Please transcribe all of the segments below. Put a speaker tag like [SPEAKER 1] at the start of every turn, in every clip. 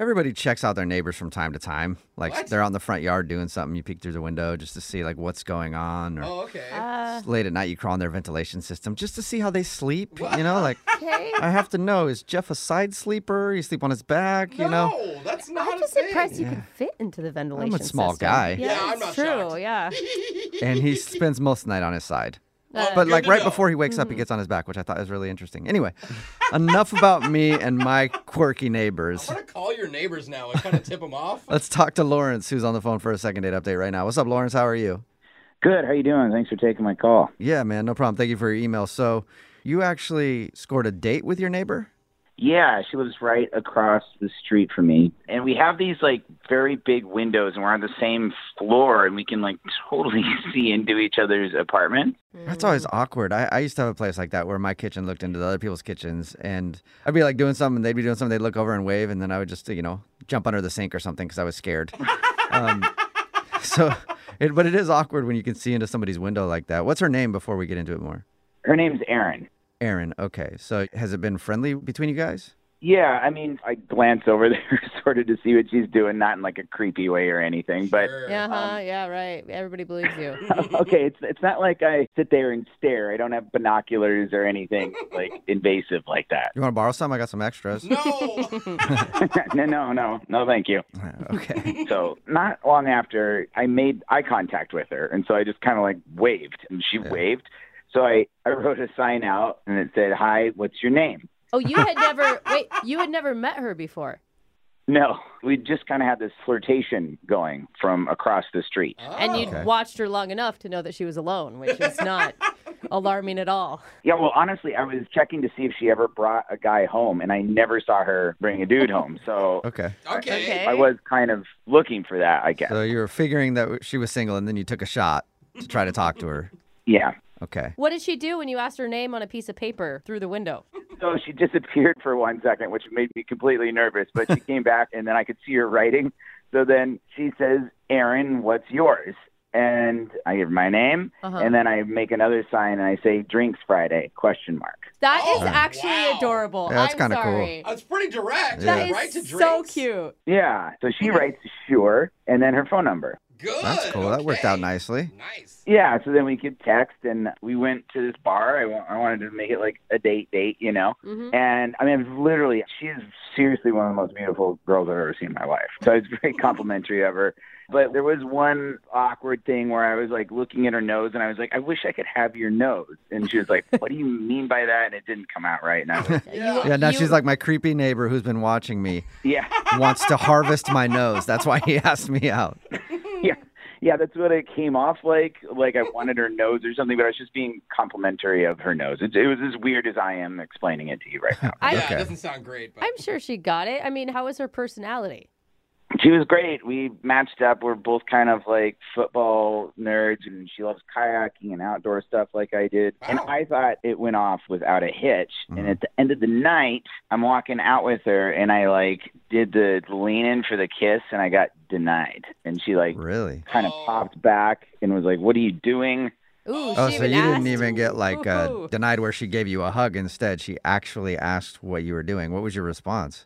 [SPEAKER 1] Everybody checks out their neighbors from time to time. Like
[SPEAKER 2] What?
[SPEAKER 1] they're out in the front yard doing something, you peek through the window just to see like what's going on. Or
[SPEAKER 2] Oh, okay.
[SPEAKER 3] Uh,
[SPEAKER 1] s- late at night, you crawl in their ventilation system just to see how they sleep. You know, like
[SPEAKER 3] Okay.
[SPEAKER 1] I have to know: is Jeff a side sleeper? You sleep on his back?
[SPEAKER 2] no,
[SPEAKER 1] You know,
[SPEAKER 2] that's not
[SPEAKER 3] I'm
[SPEAKER 2] a
[SPEAKER 3] just
[SPEAKER 2] thing.
[SPEAKER 3] impressed you can fit into the ventilation.
[SPEAKER 1] small
[SPEAKER 3] system.
[SPEAKER 1] guy.
[SPEAKER 3] Yeah,
[SPEAKER 2] Yeah, I'm
[SPEAKER 3] it's
[SPEAKER 2] not
[SPEAKER 3] true.
[SPEAKER 2] shocked.
[SPEAKER 3] Yeah.
[SPEAKER 1] and he spends most of the night on his side.
[SPEAKER 2] Oh,
[SPEAKER 1] But
[SPEAKER 2] good
[SPEAKER 1] like
[SPEAKER 2] to
[SPEAKER 1] right
[SPEAKER 2] know.
[SPEAKER 1] before he wakes up, he gets on his back, which I thought was really interesting. Anyway, enough about me and my quirky neighbors.
[SPEAKER 2] I want to call your neighbors now and kind of tip them off.
[SPEAKER 1] Let's talk to Lawrence, who's on the phone for a second date update right now. What's up, Lawrence? How are you?
[SPEAKER 4] Good. How you doing? Thanks for taking my call.
[SPEAKER 1] Yeah, man, no problem. Thank you for your email. So, you actually scored a date with your neighbor?
[SPEAKER 4] Yeah, she lives right across the street from me, and we have these like very big windows, and we're on the same floor, and we can like totally see into each other's apartment.
[SPEAKER 1] That's always awkward. I, I used to have a place like that where my kitchen looked into the other people's kitchens, and I'd be like doing something, they'd be doing something, they'd look over and wave, and then I would just, you know, jump under the sink or something because I was scared. um, so, it, but it is awkward when you can see into somebody's window like that. What's her name before we get into it more?
[SPEAKER 4] Her name's Erin.
[SPEAKER 1] Erin. Okay. So, has it been friendly between you guys?
[SPEAKER 4] Yeah, I mean, I glance over there sort of to see what she's doing, not in like a creepy way or anything, but
[SPEAKER 2] Sure.
[SPEAKER 3] Yeah, huh, yeah, right. Everybody believes you.
[SPEAKER 4] okay, it's it's not like I sit there and stare. I don't have binoculars or anything like invasive like that.
[SPEAKER 1] You want to borrow some? I got some extras.
[SPEAKER 2] No.
[SPEAKER 4] no, no, no, no, thank you.
[SPEAKER 1] okay.
[SPEAKER 4] So not long after I made eye contact with her, and so I just kind of like waved, and she waved. So I I wrote a sign out, and it said, "Hi, what's your name?"
[SPEAKER 3] Oh, you had never wait. You had never met her before,
[SPEAKER 4] No, we just kind of had this flirtation going from across the street.
[SPEAKER 3] and
[SPEAKER 2] Oh.
[SPEAKER 3] you'd
[SPEAKER 1] Okay.
[SPEAKER 3] watched her long enough to know that she was alone, which is not alarming at all.
[SPEAKER 4] Yeah, well, honestly, I was checking to see if she ever brought a guy home, and I never saw her bring a dude home. So
[SPEAKER 1] Okay.
[SPEAKER 2] Ah, Okay.
[SPEAKER 3] Okay.
[SPEAKER 4] I was kind of looking for that, I guess.
[SPEAKER 1] So you were figuring that she was single, and then you took a shot to try to talk to her.
[SPEAKER 4] yeah.
[SPEAKER 1] Okay.
[SPEAKER 3] What did she do when you asked her name on a piece of paper through the window?
[SPEAKER 4] So she disappeared for one second, which made me completely nervous. But she came back, and then I could see her writing. So then she says, "Aaron, what's yours?" And I give her my name,
[SPEAKER 3] Uh-huh.
[SPEAKER 4] and then I make another sign, and I say, "Drinks Friday?" Question mark.
[SPEAKER 3] That is
[SPEAKER 2] Oh,
[SPEAKER 3] actually
[SPEAKER 2] wow.
[SPEAKER 3] adorable.
[SPEAKER 1] Yeah, that's
[SPEAKER 3] I'm
[SPEAKER 1] kinda cool.
[SPEAKER 3] sorry.
[SPEAKER 2] That's pretty direct.
[SPEAKER 1] Yeah.
[SPEAKER 3] That is
[SPEAKER 2] right to
[SPEAKER 3] so
[SPEAKER 2] drinks.
[SPEAKER 3] cute.
[SPEAKER 4] Yeah. So she writes, "Sure," and then her phone number.
[SPEAKER 2] Good.
[SPEAKER 1] That's cool. That worked out
[SPEAKER 2] okay.
[SPEAKER 1] nicely.
[SPEAKER 2] Nice.
[SPEAKER 4] Yeah. So then we could text, and we went to this bar. I, wa- I wanted to make it like a date date, you know.
[SPEAKER 3] hmm
[SPEAKER 4] Mm-hmm. And I mean, literally, she is seriously one of the most beautiful girls I've ever seen in my life. So it's very complimentary of her. But there was one awkward thing where I was like looking at her nose and I was like, I wish I could have your nose. And she was like, What do you mean by that? And it didn't come out right. And I was like,
[SPEAKER 2] Yeah.
[SPEAKER 1] Yeah, now
[SPEAKER 3] You-
[SPEAKER 1] she's like, my creepy neighbor who's been watching me
[SPEAKER 4] Yeah,
[SPEAKER 1] wants to harvest my nose. That's why he asked me out.
[SPEAKER 4] yeah, yeah, that's what it came off like. Like I wanted her nose or something, but I was just being complimentary of her nose. It, it was as weird as I am explaining it to you right now.
[SPEAKER 3] I-
[SPEAKER 2] Yeah,
[SPEAKER 1] Okay.
[SPEAKER 2] it doesn't sound great, but
[SPEAKER 3] I'm sure she got it. I mean, how was her personality?
[SPEAKER 4] She was great. We matched up. We're both kind of like football nerds, and she loves kayaking and outdoor stuff like I did. And
[SPEAKER 2] Wow.
[SPEAKER 4] I thought it went off without a hitch. And
[SPEAKER 1] Mhm.
[SPEAKER 4] at the end of the night, I'm walking out with her, and I like did the lean in for the kiss, and I got denied. And she like
[SPEAKER 1] Really?
[SPEAKER 4] kind of
[SPEAKER 2] Oh.
[SPEAKER 4] popped back and was like, "What are you doing?"
[SPEAKER 3] Ooh,
[SPEAKER 1] Oh,
[SPEAKER 3] she
[SPEAKER 1] so
[SPEAKER 3] even
[SPEAKER 1] you didn't
[SPEAKER 3] asked.
[SPEAKER 1] even get like uh,
[SPEAKER 3] Ooh.
[SPEAKER 1] denied where she gave you a hug. Instead, she actually asked what you were doing. What was your response?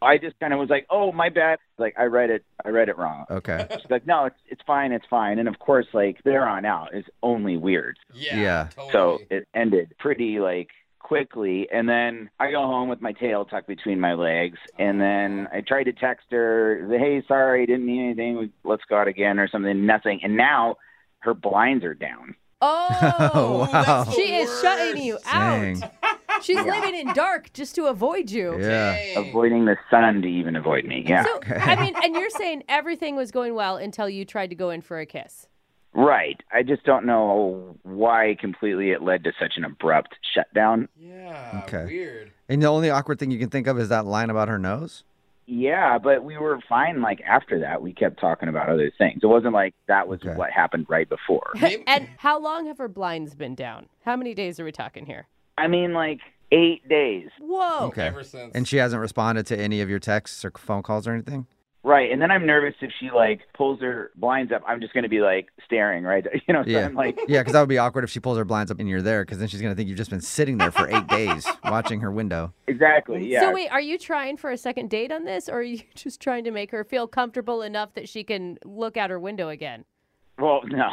[SPEAKER 4] I just kind of was like, "Oh, my bad." Like I read it. I read it wrong.
[SPEAKER 1] Okay.
[SPEAKER 4] She's like, "No, it's it's fine. It's fine." And of course, like there on out is only weird.
[SPEAKER 2] yeah.
[SPEAKER 1] Yeah.
[SPEAKER 4] So
[SPEAKER 2] Totally.
[SPEAKER 4] it ended pretty like quickly and then I go home with my tail tucked between my legs and then I tried to text her, "Hey, sorry, didn't mean anything. We- Let's go out again or something." Nothing. And now her blinds are down.
[SPEAKER 1] Oh,
[SPEAKER 3] Oh,
[SPEAKER 1] wow.
[SPEAKER 2] that's the
[SPEAKER 3] she is shutting you
[SPEAKER 2] worst.
[SPEAKER 1] Dang.
[SPEAKER 3] out. She's
[SPEAKER 4] Yeah.
[SPEAKER 3] living in dark just to avoid you.
[SPEAKER 1] Yeah.
[SPEAKER 2] Dang.
[SPEAKER 4] Avoiding the sun to even avoid me. Yeah.
[SPEAKER 3] So, I mean, and you're saying everything was going well until you tried to go in for a kiss.
[SPEAKER 4] Right. I just don't know why completely it led to such an abrupt shutdown.
[SPEAKER 2] Yeah.
[SPEAKER 1] Okay.
[SPEAKER 2] Weird.
[SPEAKER 1] And the only awkward thing you can think of is that line about her nose.
[SPEAKER 4] Yeah, but we were fine. Like after that, we kept talking about other things. It wasn't like that was
[SPEAKER 1] Okay.
[SPEAKER 4] what happened right before.
[SPEAKER 2] Maybe-
[SPEAKER 3] and how long have her blinds been down? How many days are we talking here?
[SPEAKER 4] I mean, like eight days.
[SPEAKER 3] Whoa.
[SPEAKER 1] Okay.
[SPEAKER 2] Ever since.
[SPEAKER 1] And she hasn't responded to any of your texts or phone calls or anything.
[SPEAKER 4] Right. And then I'm nervous if she like pulls her blinds up. I'm just going to be like staring, right? You know, so
[SPEAKER 1] Yeah.
[SPEAKER 4] I'm like,
[SPEAKER 1] Yeah, because that would be awkward if she pulls her blinds up and you're there, because then she's gonna think you've just been sitting there for eight days watching her window.
[SPEAKER 4] exactly. Yeah.
[SPEAKER 3] So wait, are you trying for a second date on this, or are you just trying to make her feel comfortable enough that she can look out her window again?
[SPEAKER 4] Well, no.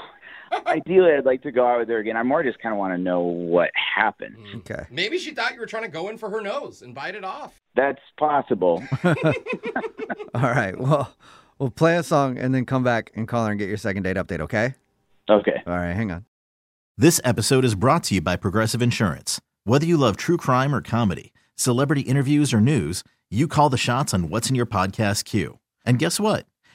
[SPEAKER 4] Ideally, I'd like to go out with her again. I more just kind of want to know what happened.
[SPEAKER 2] Mm.
[SPEAKER 1] Okay.
[SPEAKER 2] Maybe she thought you were trying to go in for her nose and bite it off.
[SPEAKER 4] That's possible.
[SPEAKER 1] All right. Well, we'll play a song and then come back and call her and get your second date update. Okay.
[SPEAKER 4] okay.
[SPEAKER 1] All right. Hang on.
[SPEAKER 5] This episode is brought to you by Progressive Insurance. Whether you love true crime or comedy, celebrity interviews or news, you call the shots on what's in your podcast queue. And guess what?